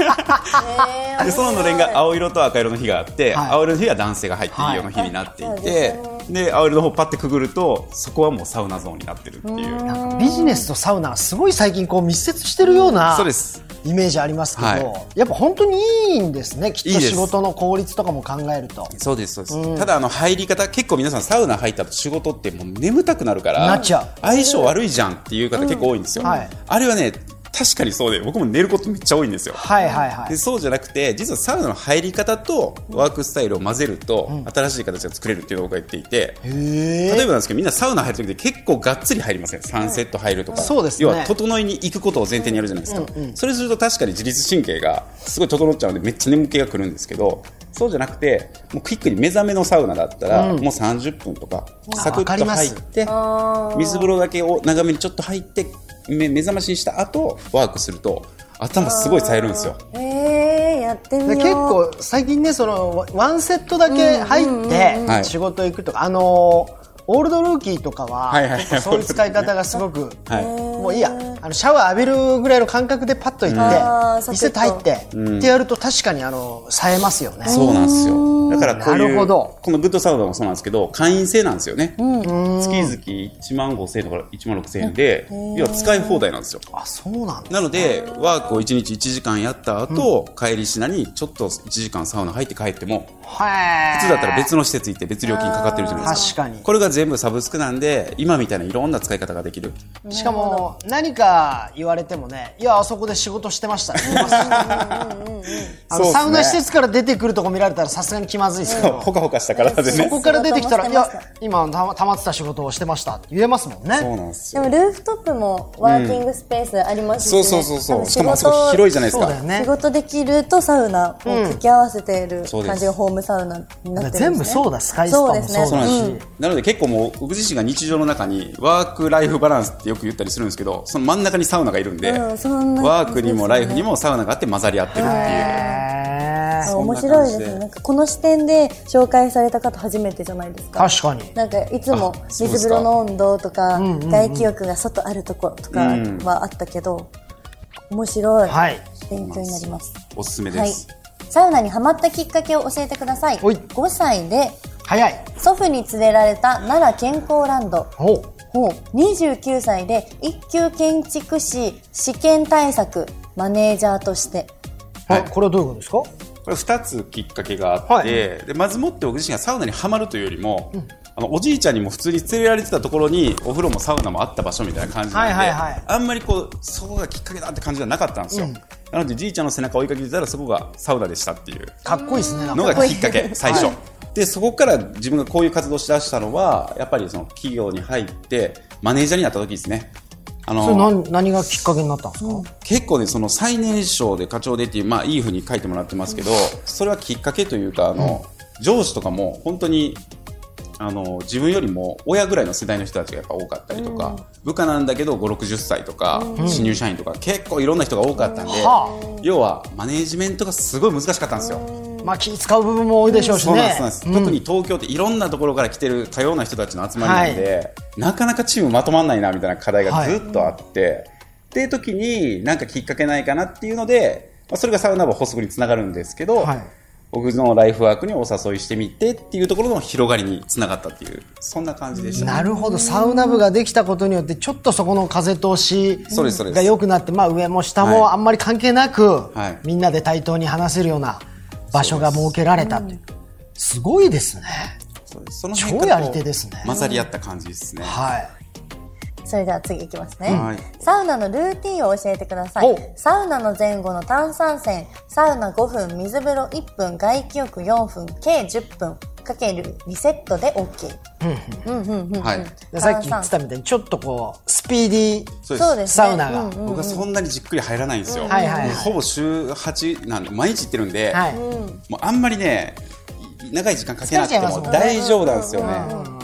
Speaker 3: えー
Speaker 4: でそののれんが青色と赤色の日があって、
Speaker 2: はい
Speaker 4: 青色の日は男性が入っているような日になっていて、で青色の方パッてくぐるとそこはもうサウナゾーンになってるっていう
Speaker 2: あなんかビジネスとサウナがすごい最近こう密接してるような
Speaker 4: そうです
Speaker 2: イメージありますけど、
Speaker 4: は
Speaker 2: やっぱ本当にいいんですねきっ
Speaker 4: いい
Speaker 2: と
Speaker 4: です
Speaker 2: 仕事の効率とかも考えると
Speaker 4: そうですそうです、ただあの入り方結構皆さんサウナ入った後仕事ってもう眠たくなるから
Speaker 2: なっちゃう
Speaker 4: 相性悪いじゃんっていう方結構多いんですよ、
Speaker 2: うんはい
Speaker 4: あれはね確かにそうで僕も寝ることめっちゃ多いんですよ
Speaker 2: はいはいは
Speaker 4: で
Speaker 2: い
Speaker 4: そうじゃなくて実はサウナの入り方とワークスタイルを混ぜると新しい形が作れるっていうのを僕は言っていて、
Speaker 2: へ
Speaker 4: 例え
Speaker 2: え
Speaker 4: ばなんですけどみんなサウナ入る時で結構がっつり入りません3セット入るとか、
Speaker 2: そうですね
Speaker 4: 要は整いに行くことを前提にやるじゃないですか、それすると確かに自律神経がすごい整っちゃうのでめっちゃ眠気がくるんですけどそうじゃなくてもうクイックに目覚めのサウナだったら、もう30分とかサク
Speaker 2: わか
Speaker 4: ッ
Speaker 2: り
Speaker 4: と
Speaker 2: ます
Speaker 4: 入って水風呂だけを長めにちょっと入って目目覚ましにした後ワークすると頭すごい冴えるんですよ。
Speaker 3: えー、やってみよ
Speaker 2: で
Speaker 3: う。
Speaker 2: 結構最近ねそのワワンセットだけ入って
Speaker 4: はい
Speaker 2: 仕事行くとか、あのーオールドルーキーとかは、
Speaker 4: はいはいはい
Speaker 2: 結構そういう使い方がすごく、
Speaker 4: はい
Speaker 2: もういいやあのシャワー浴びるぐらいの感覚でパッと行っ
Speaker 3: あー
Speaker 2: て
Speaker 3: サ
Speaker 2: 一セ
Speaker 3: クッ
Speaker 2: ッ
Speaker 3: と
Speaker 2: ト入って、ってやると確かにあの冴えますよね
Speaker 4: そうなんですよ。だからこう
Speaker 2: ないる
Speaker 4: う
Speaker 2: ほど
Speaker 4: このグッドサウナもそうなんですけど会員制なんですよね。月々1万5千円とか1万6千円で要は使い放題なんですよ。
Speaker 2: あそうなんだ
Speaker 4: なのでワークを1日1時間やった後、帰りしなにちょっと1時間サウナ入って帰っても
Speaker 2: はい
Speaker 4: 普通だったら別の施設行って別料金かかってるじゃないですか
Speaker 2: 確かに
Speaker 4: これが全部サブスクなんで今みたいないろんな使い方ができる
Speaker 2: しかも何か言われてもねいやあそこで仕事してました ねあの
Speaker 4: そうっすね
Speaker 2: サウナ施設から出てくるとこ見られたらさすがに気まずいですけど
Speaker 4: ほかほかした体で
Speaker 3: そ
Speaker 4: ね
Speaker 2: ここから出てきたら「い
Speaker 3: 仕事もして
Speaker 2: や
Speaker 3: まし
Speaker 2: 今たま溜まってた仕事をしてました」って言えますもん
Speaker 4: そう
Speaker 2: ね
Speaker 4: なんです
Speaker 3: で
Speaker 4: よ
Speaker 3: もルーフトップもワーキングスペースありますし、
Speaker 4: そ
Speaker 3: ね
Speaker 4: うそうそう
Speaker 3: 多
Speaker 4: そう
Speaker 3: 分
Speaker 4: し
Speaker 3: 仕
Speaker 4: かもあそこ
Speaker 3: 事
Speaker 4: 広いじゃないです
Speaker 2: そう
Speaker 4: か
Speaker 2: だよね
Speaker 3: 仕事できるとサウナを掛け合わせている
Speaker 4: そうです
Speaker 3: 感じがホームサウナになってるんです、ね、
Speaker 2: 全部そうだスカイスパも
Speaker 3: そうです
Speaker 2: そ
Speaker 3: ね
Speaker 2: う
Speaker 4: そ
Speaker 2: だ
Speaker 4: うなんです
Speaker 2: し、
Speaker 4: なので結構もう僕自身が日常の中にワーク・ライフ・バランスってよく言ったりするんですけどその真ん中にサウナがいるんで、
Speaker 3: うんそんな
Speaker 4: ワークにもライフにもサウナがあって混ざり合ってるっていう。
Speaker 2: へー
Speaker 3: あ
Speaker 4: そんな
Speaker 3: 面
Speaker 4: 感
Speaker 3: 白い
Speaker 4: じで
Speaker 3: ですねなんかこの視点で紹介された方初めてじゃないですか
Speaker 2: 確かに
Speaker 3: なんかいつも
Speaker 4: あそう
Speaker 3: 水
Speaker 4: で
Speaker 3: 風
Speaker 4: すか
Speaker 3: 呂の温度とか外気浴が外あるとことか
Speaker 4: うん
Speaker 3: はあったけど面白い、
Speaker 2: はい
Speaker 3: 勉強になります
Speaker 4: おすすめで
Speaker 3: はい
Speaker 4: す、
Speaker 3: サウナにハマったきっかけを教えてください
Speaker 2: ほい
Speaker 3: 5歳で
Speaker 2: 早い
Speaker 3: 祖父に連れられた奈良健康ランド
Speaker 2: おう
Speaker 3: ほう29歳で一級建築士試験対策マネージャーとして
Speaker 4: はい
Speaker 2: あこれはどういうことですか
Speaker 4: これ2つきっかけがあって、
Speaker 2: はい
Speaker 4: でまずもって僕自身がサウナにはまるというよりも、あのおじいちゃんにも普通に連れられてたところにお風呂もサウナもあった場所みたいな感じなんで、
Speaker 2: はいはいはい
Speaker 4: あんまりこうそこがきっかけだって感じじゃなかったんですよ、なのでじいちゃんの背中を追いかけてたらそこがサウナでしたっていう
Speaker 2: かっこいいですねなん
Speaker 4: の
Speaker 2: か
Speaker 4: がきっかけ最初、
Speaker 2: は
Speaker 4: でそこから自分がこういう活動をしだしたのはやっぱりその企業に入ってマネージャーになった時ですねあ
Speaker 2: それ何何がきっかけになったんですか、
Speaker 4: 結構ねその最年少で課長でっていう、まあ、いいふうに書いてもらってますけどそれはきっかけというかあの、上司とかも本当にあの自分よりも親ぐらいの世代の人たちがやっぱ多かったりとか、部下なんだけど5 6 0歳とか、新入社員とか結構いろんな人が多かったんで、
Speaker 2: は
Speaker 4: 要はマネージメントがすごい難しかったんですよ。
Speaker 2: まあ気使う部分も多いでしょうしね
Speaker 4: そうなんですそうなんです特に東京っていろんなところから来てる多様な人たちの集まりなんで、なかなかチームまとまらないなみたいな課題がずっとあって、っていう時になんかきっかけないかなっていうので、まあ、それがサウナ部発足につながるんですけど、
Speaker 2: はい
Speaker 4: 僕のライフワークにお誘いしてみてっていうところの広がりにつながったっていう、そんな感じでした。
Speaker 2: なるほどサウナ部ができたことによってちょっとそこの風通し
Speaker 4: そうですそうです
Speaker 2: が良くなって、まあ、上も下
Speaker 4: は
Speaker 2: も
Speaker 4: い
Speaker 2: あんまり関係なく、
Speaker 4: はい
Speaker 2: みんなで対等に話せるような場所が設けられたっていうすごいですね
Speaker 4: そうですその
Speaker 2: 超
Speaker 4: が
Speaker 2: やり手ですね
Speaker 4: 混ざり合った感じですね。
Speaker 2: はい
Speaker 3: それでは次いきますね、
Speaker 4: はい
Speaker 3: サウナのルーティンを教えてくださ
Speaker 2: お
Speaker 3: いサウナの前後の炭酸泉サウナ5分水風呂1分外気浴4分計10分かけるリセットで OK うんうんうんうん
Speaker 4: はい
Speaker 2: でさっき言ってた
Speaker 3: 炭酸
Speaker 2: みたいにちょっとこうスピーディー
Speaker 4: そうです
Speaker 3: そうですね
Speaker 2: サウナが
Speaker 3: うんうん
Speaker 4: 僕はそんなにじっくり入らないんですよ。
Speaker 2: はいはいはい
Speaker 4: もうほぼ週8なんで、毎日行ってるんで、
Speaker 2: はい、
Speaker 4: もうあんまりね、い長い時間かけなくて
Speaker 2: 疲れちゃいますも
Speaker 4: も
Speaker 2: んね
Speaker 4: 大丈夫なんですよね。
Speaker 2: うん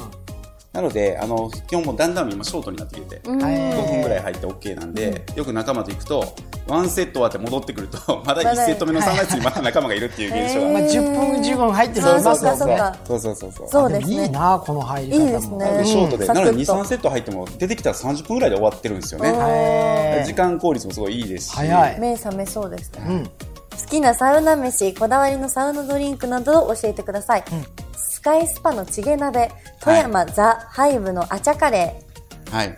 Speaker 4: なので、あの、基本もうだんだん今ショートになってきてて、
Speaker 2: はい
Speaker 4: 5分ぐらい入って OK なんで、よく仲間と行くと、ワンセット終わって戻ってくると、 まだ1セット目の3月にまた仲間がいるっていう現象
Speaker 2: ま
Speaker 4: が
Speaker 2: あ、。10分15分入ってる人います
Speaker 3: そ
Speaker 2: もん
Speaker 3: うそうそう
Speaker 2: ね
Speaker 3: そう
Speaker 4: そうそうそうそう。
Speaker 3: そう
Speaker 2: で
Speaker 3: で
Speaker 2: も
Speaker 3: す
Speaker 2: いい
Speaker 3: ね
Speaker 2: なこの入り方も
Speaker 3: いいですね
Speaker 4: でショートで、
Speaker 3: うん
Speaker 4: なので2、
Speaker 3: サクッと
Speaker 4: 3セット入っても出てきたら30分ぐらいで終わってるんですよね。
Speaker 2: へー
Speaker 4: 時間効率もすごいいいですし、
Speaker 2: 早い
Speaker 3: 目覚めそうですね、好きなサウナ飯こだわりのサウナドリンクなどを教えてください、スカイスパのチゲ鍋富山、ザ・ハイブのアチャカレー
Speaker 4: はい、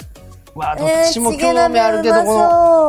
Speaker 2: わあどっちも興味あるけど、
Speaker 3: えー
Speaker 2: こ
Speaker 3: チゲ鍋うま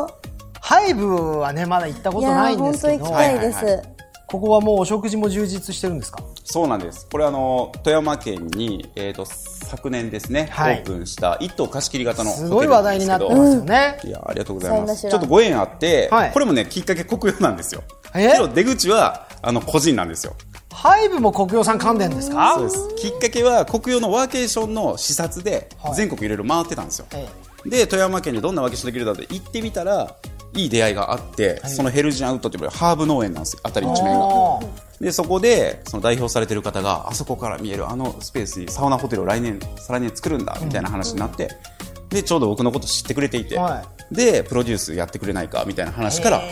Speaker 2: の
Speaker 3: そう
Speaker 2: ハイブはねまだ行ったことないんですけ
Speaker 3: いやー本当に行
Speaker 2: ど
Speaker 3: きたいです。
Speaker 4: はいはいは
Speaker 2: ここはもうお食事も充実してるんですか
Speaker 4: そうなんです。これあの富山県にえっ、と昨年ですね、
Speaker 2: はい
Speaker 4: オープンした一棟貸し切り型のホテ
Speaker 2: す
Speaker 4: ル
Speaker 2: ごい話題になってますよね、
Speaker 4: いやありがとうござい
Speaker 3: サ
Speaker 4: ます。
Speaker 3: ウナシュラン
Speaker 4: ちょっとご縁あって、
Speaker 2: はい
Speaker 4: これもねきっかけ国用なんですよ。
Speaker 2: え
Speaker 4: けど出口はあの個人なんですよ。
Speaker 2: ハイブも国用さん関連ですか
Speaker 4: そうです。きっかけは国用のワーケーションの視察で
Speaker 2: はい
Speaker 4: 全国いろいろ回ってたんですよ。
Speaker 2: え
Speaker 4: で富山県にどんなワーケーションできるだって行ってみたらいい出会いがあって、
Speaker 2: はい
Speaker 4: そのヘルジンアウトっていうハーブ農園なんですよあたり
Speaker 2: え
Speaker 4: 一面が。
Speaker 2: おー
Speaker 4: でそこでその代表されてる方があそこから見えるあのスペースにサウナホテルを来年再来年作るんだみたいな話になって、でちょうど僕のこと知ってくれていて、
Speaker 2: は
Speaker 4: でプロデュースやってくれないかみたいな話からこ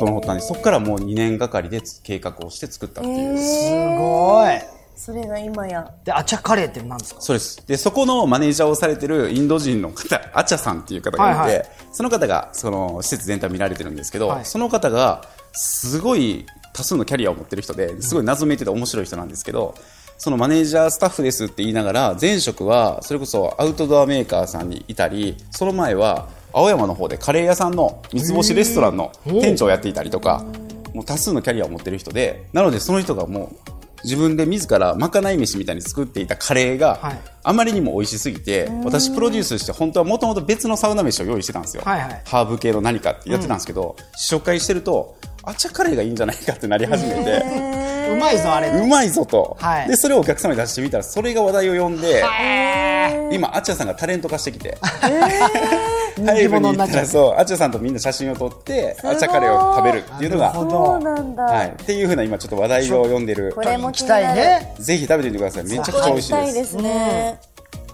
Speaker 4: との発端でそこからもう2年がかりで計画をして作ったっていう、
Speaker 2: すごい
Speaker 3: それが今や。
Speaker 2: でアチャカレーって何ですか
Speaker 4: そうですでそこのマネージャーをされてるインド人の方アチャさんっていう方がいて、
Speaker 2: はいはい
Speaker 4: その方がその施設全体を見られてるんですけど、
Speaker 2: はい
Speaker 4: その方がすごい多数のキャリアを持ってる人ですごい謎めいてて面白い人なんですけどそのマネージャースタッフですって言いながら前職はそれこそアウトドアメーカーさんにいたりその前は青山の方でカレー屋さんの三つ星レストランの店長をやっていたりとかもう多数のキャリアを持ってる人でなのでその人がもう自分で自らまかない飯みたいに作っていたカレーが、
Speaker 2: はい
Speaker 4: あまりにも美味しすぎて私プロデュースして本当はもともと別のサウナ飯を用意してたんですよ、
Speaker 2: はいはい
Speaker 4: ハーブ系の何かってやってたんですけど、試食会してるとあちゃカレーがいいんじゃないかってなり始めて。
Speaker 2: うまいぞあれ
Speaker 4: うまいぞと、
Speaker 2: はい
Speaker 4: でそれをお客様に出してみたらそれが話題を呼んで今あちゃさんがタレント化してきて、 ライブに行ったらそうあちゃさんとみんな写真を撮ってあちゃカレーを食べるっていうの
Speaker 2: なるほど
Speaker 4: が、
Speaker 3: そうなんだ。
Speaker 4: はい、っていうふうな今ちょっと話題を呼んでる
Speaker 3: これも
Speaker 2: 行
Speaker 3: 気
Speaker 2: き
Speaker 3: にな
Speaker 2: た
Speaker 3: る。
Speaker 2: いね
Speaker 4: ぜひ食べてみてください。めちゃくちゃ美味しい
Speaker 3: 行きたい
Speaker 4: です。
Speaker 3: ですね。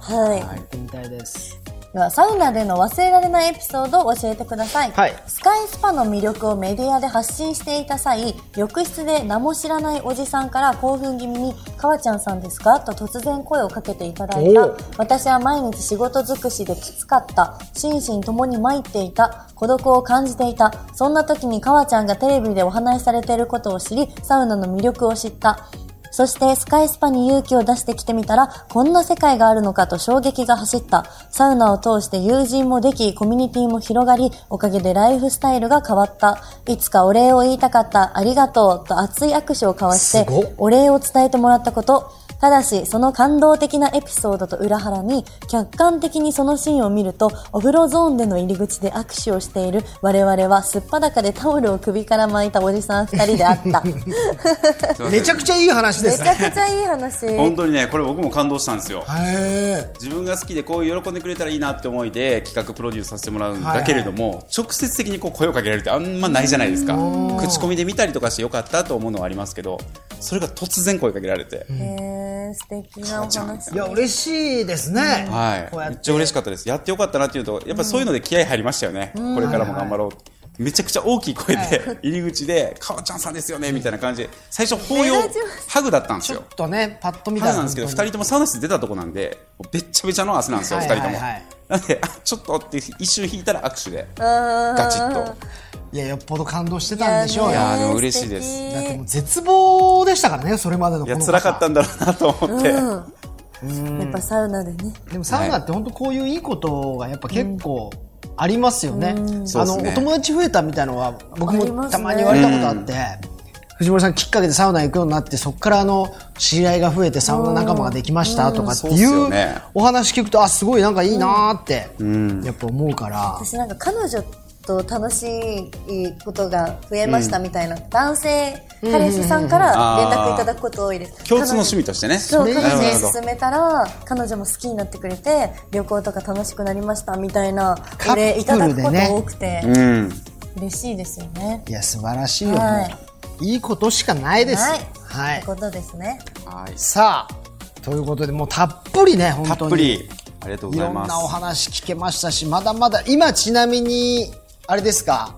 Speaker 3: は
Speaker 2: 行ってみたいです
Speaker 3: い。ではサウナでの忘れられないエピソードを教えてください。
Speaker 2: はい
Speaker 3: スカイスパの魅力をメディアで発信していた際、浴室で名も知らないおじさんから興奮気味に、かわちゃんさんですかと突然声をかけていただい
Speaker 2: お
Speaker 3: た
Speaker 2: う。
Speaker 3: 私は毎日仕事尽くしできつかった。心身ともに参っていた。孤独を感じていた。そんな時にかわちゃんがテレビでお話しされていることを知り、サウナの魅力を知った。そしてスカイスパに勇気を出してきてみたら、こんな世界があるのかと衝撃が走った。サウナを通して友人もでき、コミュニティも広がり、おかげでライフスタイルが変わった。いつかお礼を言いたかった、ありがとう、と熱い握手を交わし、
Speaker 2: すごって
Speaker 3: お礼を伝えてもらったこと、ただし、その感動的なエピソードと裏腹に、客観的にそのシーンを見ると、お風呂ゾーンでの入り口で握手をしている我々は、すっぱだかでタオルを首から巻いたおじさん二人であった。め
Speaker 2: めちゃくちゃいい話です
Speaker 3: ちゃ
Speaker 2: ね
Speaker 3: くちゃいい話。
Speaker 4: 本当にね、これ僕も感動したんですよ。
Speaker 2: へー
Speaker 4: 自分が好きでこういう喜んでくれたらいいなって思いで企画プロデュースさせてもらうんだけれども、直接的にこう声をかけられるってあんまないじゃないですか。口コミで見たりとかしてよかったと思うのはありますけど、それが突然声かけられて、
Speaker 3: へー素敵なお話。
Speaker 2: いや嬉しいですね、
Speaker 4: は
Speaker 2: こう
Speaker 4: い、
Speaker 2: やっ
Speaker 4: めってちゃ嬉しかったです。やってよかったなっていうと、やっぱりそういうので気合入りましたよね。これからも頑張ろう。めちゃくちゃ大きい声で、 入り口で、かおちゃんさんですよね、みたいな感じで、最初、抱擁
Speaker 3: 目立ちます、
Speaker 4: ハグだったんです
Speaker 2: ちょっ
Speaker 4: よ。
Speaker 2: とね、パッと見た
Speaker 4: ハ
Speaker 2: ら
Speaker 4: グなんですけど、二
Speaker 2: 本
Speaker 4: 人ともサウナ室出たとこなんで、もうべっちゃべちゃの汗なんですよ、
Speaker 2: は
Speaker 4: 二
Speaker 2: い
Speaker 4: 人とも
Speaker 2: はいはい。
Speaker 4: なんで、あ、ちょっとって一瞬引いたら握手で、ガ
Speaker 3: ガ
Speaker 4: チッと。
Speaker 2: 当にいや、よっぽど感動してたんでしょうよ。
Speaker 4: いや
Speaker 2: だ
Speaker 4: ーでも嬉しいです
Speaker 2: ってもう絶望でしたからね、それまでの
Speaker 4: い
Speaker 2: こ
Speaker 4: や、
Speaker 2: の
Speaker 4: 辛かったんだろうなと思って。
Speaker 3: やっぱサウナでね。
Speaker 2: でもサウナって本当こういういいことがやっぱ結構ありますよね。
Speaker 4: そ
Speaker 2: あ
Speaker 4: うで
Speaker 2: の、
Speaker 4: すね
Speaker 2: お友達増えたみたいのは僕
Speaker 3: あります
Speaker 2: も
Speaker 3: ね
Speaker 2: たまに言われたことあって、藤森さんきっかけでサウナ行くようになって、そこからあの、知り合いが増えてサウナ仲間ができましたとかって
Speaker 4: うん
Speaker 2: い
Speaker 4: そうっすよ
Speaker 2: う
Speaker 4: ね
Speaker 2: お話聞くと、あ、すごいなんかいいなーって、やっぱ思うから。
Speaker 3: 私なんか彼女と楽しいことが増えましたみたいな、男性彼氏さんから連絡いただくこと多いです。
Speaker 4: 共通の趣味としてね。
Speaker 3: そう彼
Speaker 2: ね
Speaker 3: 女
Speaker 4: なるほ
Speaker 3: に
Speaker 4: ど
Speaker 3: 勧めたら彼女も好きになってくれて旅行とか楽しくなりましたみたいな
Speaker 2: カップ
Speaker 3: お
Speaker 2: ルでね
Speaker 3: 礼いただくこと多くて、
Speaker 4: うん。
Speaker 3: 嬉しいですよね。
Speaker 2: いや、素晴らしいよ、
Speaker 3: はい
Speaker 2: もういいことしかないです。
Speaker 3: はい
Speaker 2: は
Speaker 3: という
Speaker 2: い。
Speaker 3: ことですね。
Speaker 4: はい。
Speaker 2: さあ、ということで、もうたっぷりね、本当
Speaker 4: た
Speaker 2: に。
Speaker 4: っぷり。ありがとうご
Speaker 2: い
Speaker 4: ざ
Speaker 2: ろ
Speaker 4: い
Speaker 2: ん
Speaker 4: ま
Speaker 2: なお
Speaker 4: す。
Speaker 2: 話聞けましたし、まだまだ、今ちなみに、あれですか、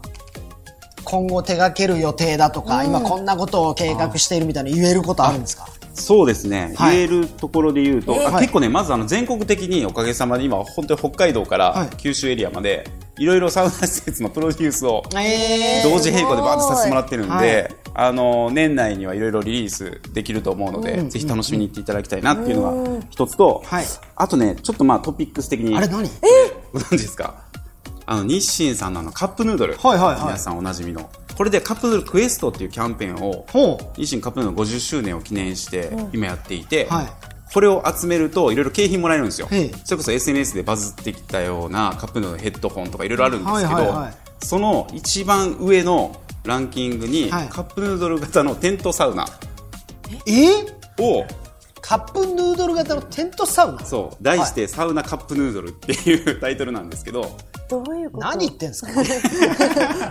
Speaker 2: 今後手掛ける予定だとか、今こんなことを計画しているみたいな言えることあるんですか
Speaker 4: そうですね。
Speaker 2: はい
Speaker 4: 言えるところで言うと、
Speaker 2: えー
Speaker 4: あ結構ね、まずあの全国的におかげさまで今、本当に北海道か
Speaker 2: はい
Speaker 4: ら九州エリアまで、いろいろサウナ施設のプロデュースを
Speaker 2: え
Speaker 4: 同時並行でバーッとさせてもらってるんで、
Speaker 2: は
Speaker 4: あの年内にはいろいろリリースできると思うので、ぜひ楽しみに行っていただきたいなっていうのが一つと、
Speaker 2: はい
Speaker 4: あとねちょっとまあトピックス的に
Speaker 2: あれ何
Speaker 4: ご存知ですかあの日清さんのあのカップヌードル、
Speaker 2: はいはいはい
Speaker 4: 皆さんおなじみのこれでカップヌードルクエストっていうキャンペーンを
Speaker 2: ほう。
Speaker 4: 日清カップヌードル50周年を記念して今やっていて、
Speaker 2: はい
Speaker 4: これを集めるといろいろ景品もらえるんですよ
Speaker 2: へえ
Speaker 4: それこそ SNS でバズってきたようなカップヌードルのヘッドホンとかいろいろあるんですけど、
Speaker 2: はいはいはい
Speaker 4: その一番上のランキングに、
Speaker 2: はい
Speaker 4: カップヌードル型のテントサウナ
Speaker 2: え
Speaker 4: を
Speaker 2: カップヌードル型のテントサウナ
Speaker 4: そう題してサウナカップヌードルっていうタイトルなんですけど
Speaker 3: どういうこと？
Speaker 2: 何言ってんですか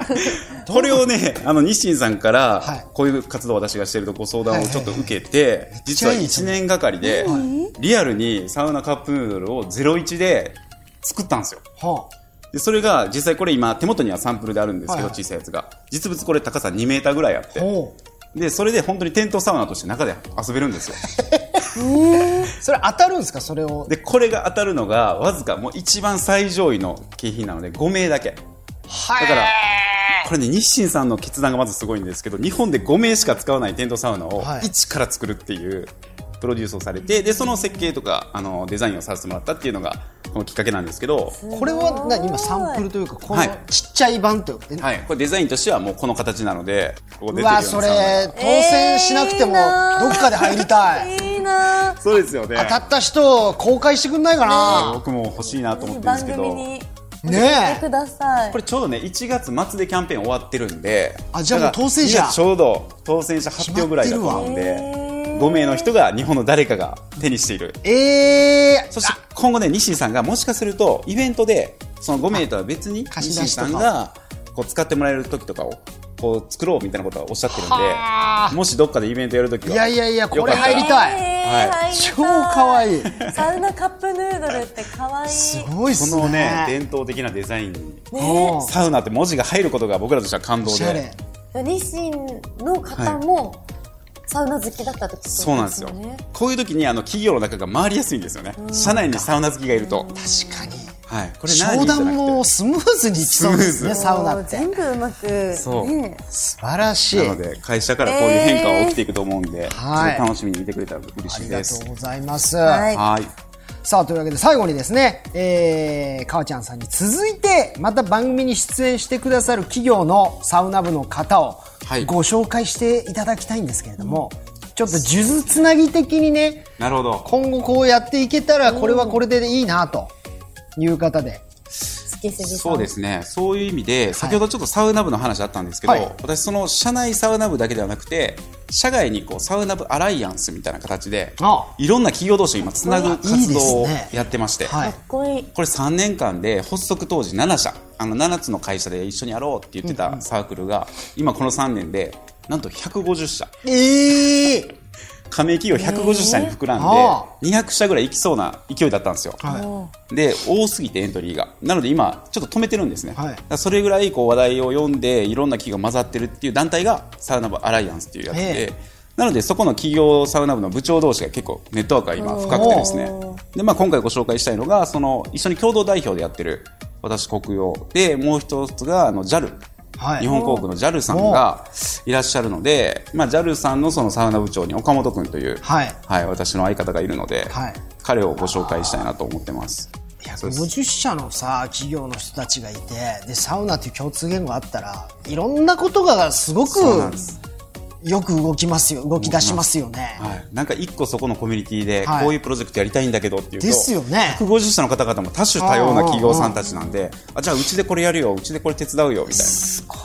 Speaker 4: これをねあの日清さんから、
Speaker 2: はい
Speaker 4: こういう活動を私がしているとご相談をちょっ
Speaker 2: はい
Speaker 4: と
Speaker 2: はい
Speaker 4: 受けて、実は
Speaker 2: めっちゃいい
Speaker 4: 1年がかりでリアルにサウナカップヌードルを01で作ったんですよ。
Speaker 2: ほ
Speaker 4: で、それが実際これ今手元にはサンプルであるんですけど、
Speaker 2: はいはい
Speaker 4: 小さいやつが。実物これ高さ2メーターぐらいあっ
Speaker 2: う。
Speaker 4: て。
Speaker 2: ほう。
Speaker 4: で、それで本当にテントサウナとして中で遊べるんですよ。
Speaker 2: それ当たるんですかそれを。
Speaker 4: で、これが当たるのがわずかもう一番最上位の景品なので5名だけ。
Speaker 2: はい
Speaker 4: だから、これね、日清さんの決断がまずすごいんですけど、日本で5名しか使わないテントサウナを
Speaker 2: はい
Speaker 4: 一から作るっていうプロデュースをされて、で、その設計とか、あの、デザインをさせてもらったっていうのが、このきっかけなんですけど、
Speaker 2: これは何今サンプルというか、この
Speaker 4: はい
Speaker 2: ちっちゃい版というか、
Speaker 4: はい、これデザインとしてはもうこの形なので、ここ
Speaker 2: う
Speaker 4: 出てるような
Speaker 2: わ、
Speaker 4: サ
Speaker 2: そ
Speaker 4: ウナが
Speaker 2: れ、当選しなくても、
Speaker 3: えーいいなー
Speaker 2: どっかで入りたい。
Speaker 3: いいなぁ。
Speaker 4: そうですよね。
Speaker 2: 当たった人を公開してくんないかな
Speaker 4: 僕も欲しいなと思ってるんで
Speaker 3: 番
Speaker 4: すけ
Speaker 3: 組
Speaker 4: ど。
Speaker 3: に
Speaker 2: ねえ
Speaker 3: 来てください。
Speaker 4: これちょうどね、1月末でキャンペーン終わってるんで、
Speaker 2: あじゃあもう当選者
Speaker 4: いやちょうど当選者発表ぐらいだと思うんで
Speaker 3: 決まってるわへー、
Speaker 4: 5名の人が日本の誰かが手にしている。
Speaker 2: えー、
Speaker 4: そして今後ね、西井さんがもしかすると、イベントで、その5名とは別に、
Speaker 2: 貸
Speaker 4: 西
Speaker 2: し
Speaker 4: 井
Speaker 2: 出しと
Speaker 4: さ
Speaker 2: か
Speaker 4: んがこう使ってもらえる時とかを、こう作ろうみたいなことはおっしゃってるん
Speaker 2: は
Speaker 4: で、もしどっかでイベントやるとき
Speaker 2: い
Speaker 4: は、
Speaker 2: やいやいや、これ
Speaker 4: よかったら
Speaker 2: 入りたい。
Speaker 3: えー
Speaker 4: は
Speaker 3: 入り
Speaker 2: 超
Speaker 3: た
Speaker 2: 可愛い。
Speaker 3: サウナカップヌードルって可愛い。
Speaker 2: すごいっ
Speaker 4: こ
Speaker 2: す
Speaker 4: のね、
Speaker 2: ね。
Speaker 4: 伝統的なデザインに
Speaker 2: おー
Speaker 4: サウナって文字が入ることが僕らとしては感
Speaker 2: お
Speaker 4: 動
Speaker 2: しゃれ
Speaker 4: で。。
Speaker 3: 日清の方もサウナ好きだったってことです
Speaker 4: そ
Speaker 3: よ
Speaker 4: う
Speaker 3: ね。
Speaker 4: なんですよ。こういう時にあの企業の中が回りやすいんですよね。社内にサウナ好きがいると。
Speaker 2: 確かに。
Speaker 4: はい。これ何
Speaker 2: 商談も
Speaker 4: じ
Speaker 2: スムーズにいきそうですね、
Speaker 4: スムーズ
Speaker 2: サウナ
Speaker 3: も
Speaker 2: っ
Speaker 3: う
Speaker 2: て
Speaker 3: 全。部うまく
Speaker 4: そう
Speaker 3: ね
Speaker 2: 素晴らしい。
Speaker 4: ゃなくてなので、会社からこういう変化は起きていくと思うんで、
Speaker 2: はい
Speaker 4: ちょっと楽しみに見てくれたら嬉
Speaker 2: あ
Speaker 4: しい
Speaker 2: り
Speaker 4: で
Speaker 2: がと
Speaker 4: す
Speaker 2: う。ございます。
Speaker 3: はい
Speaker 4: はい。
Speaker 2: さあ、というわけで最後にですね、えー、かわちゃんさんに続いて、また番組に出演してくださる企業のサウナ部の方を
Speaker 4: はい
Speaker 2: ご紹介していただきたいんですけれども、ちょっと数珠つなぎ的にね、
Speaker 4: なるほど。
Speaker 2: 今後こうやっていけたら、これはこれでいいなという方で。
Speaker 3: 好きすぎ
Speaker 4: そうですすね。そういう意味で、先ほどちょっとサウナ部の話あったんですけど、
Speaker 2: はい
Speaker 4: 私その社内サウナ部だけではなくて、社外にこうサウナ部アライアンスみたいな形で
Speaker 2: ああ、
Speaker 4: いろんな企業同士を今つなぐ活動
Speaker 2: いい
Speaker 4: を
Speaker 2: ですね
Speaker 4: やってまして、
Speaker 2: は
Speaker 3: か
Speaker 2: い
Speaker 3: っ。こいい
Speaker 4: これ3年間で発足当時7社あの7つの会社で一緒にやろうって言ってたサークルが、今この3年でなんと150社
Speaker 2: えー、
Speaker 4: 加盟企業150社に膨らんで、
Speaker 2: あ
Speaker 4: 200社ぐらい行きそうな勢いだったんですよ。
Speaker 2: は
Speaker 4: で多すぎてエントリーがなので今ちょっと止めてるんですね、
Speaker 2: はい
Speaker 4: だからそれぐらいこう話題を読んでいろんな企業が混ざってるっていう団体がサウナ部アライアンスっていうやつ
Speaker 2: え
Speaker 4: で、なのでそこの企業サウナ部の部長同士が結構ネットワークが今深くてですねで、まあ、今回ご紹介したいのがその一緒に共同代表でやってる私国用でもう一つがあの JAL
Speaker 2: い。はい。
Speaker 4: 日本航空の JAL さんがいらっしゃるので、まあ、JAL さんのそのサウナ部長に岡本君という、
Speaker 2: はい
Speaker 4: 私の相方がいるので、
Speaker 2: はい
Speaker 4: 彼をご紹介したいなと思ってます。そうです
Speaker 2: 150社のさ企業の人たちがいてでサウナっていう共通言語あったらいろんなことがすごく
Speaker 4: そうなんです
Speaker 2: よく動きますよ動き出しますよね。
Speaker 4: はい、なんか一個そこのコミュニティで
Speaker 2: はい
Speaker 4: こういうプロジェクトやりたいんだけどっていうと、
Speaker 2: ですよね
Speaker 4: 150社の方々も多種多様な企業さんたちなんであじゃあうちでこれやるようちでこれ手伝うよみたいな
Speaker 2: すごい。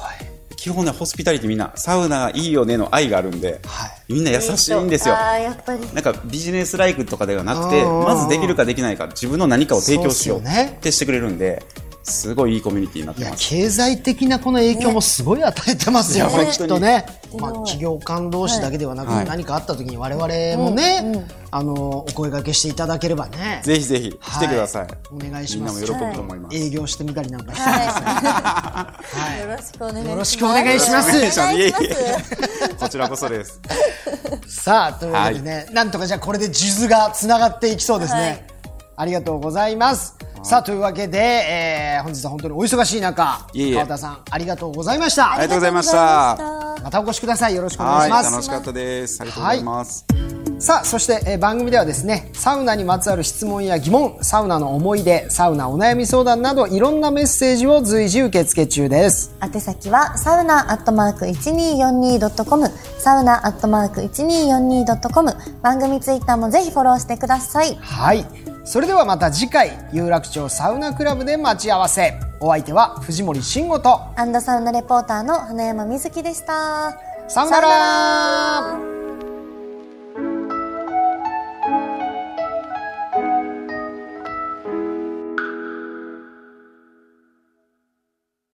Speaker 4: 基本ねホスピタリティみんなサウナいいよねの愛があるんで、
Speaker 2: はい
Speaker 4: みんな優しいんですよ
Speaker 3: ああ、やっぱり。
Speaker 4: なんかビジネスライクとかではなくて
Speaker 2: うんうんうん
Speaker 4: まずできるかできないか自分の何かを提供しよう
Speaker 2: そうですよね
Speaker 4: ってしてくれるんですごいいいコミュニティになっ
Speaker 2: い
Speaker 4: て
Speaker 2: や
Speaker 4: ます。
Speaker 2: 経済的なこの影響もすごい与えてますよ、
Speaker 4: ね
Speaker 2: これきっとね、まあ、
Speaker 3: うん
Speaker 2: 企業間同士だけではなく、
Speaker 4: はい
Speaker 2: 何かあった時に我々もね、あのお声掛けしていただければね
Speaker 4: ぜひぜひ来てください。
Speaker 2: お願いし
Speaker 4: みん
Speaker 2: ま
Speaker 4: なも
Speaker 2: す
Speaker 4: 喜ぶと思います。
Speaker 2: 営業してみたりなんかして、
Speaker 3: はい。 よろしくお願いします。
Speaker 2: よろしくお願いします
Speaker 3: お願いします
Speaker 4: いえい えこちらこそです。
Speaker 2: さあということでね、なんとかじゃあこれで数珠がつながっていきそうですね、
Speaker 3: はい
Speaker 2: ありがとうございます、さあというわけで、えー本日は本当にお忙しい中
Speaker 4: いえいえ
Speaker 2: 川田さんありがとうございました、
Speaker 4: ありがとうございまし
Speaker 3: ありがとうございま
Speaker 4: た。
Speaker 3: した。
Speaker 2: またお越しくださいよろしくお願い
Speaker 4: は
Speaker 2: し
Speaker 4: い、
Speaker 2: ます
Speaker 4: 楽しかったです。ありがとうございます。
Speaker 2: さあそして、えー番組ではですねサウナにまつわる質問や疑問サウナの思い出サウナお悩み相談などいろんなメッセージを随時受け付け中です
Speaker 3: 宛先はサウナアットマーク 1242.com サウナアットマーク 1242.com 番組ツイッターもぜひフォローしてください
Speaker 2: はいそれではまた次回有楽町サウナクラブで待ち合わせお相手は藤森慎吾と
Speaker 3: アンドサウナレポーターの花山瑞希でした
Speaker 2: さようなら
Speaker 3: さようなら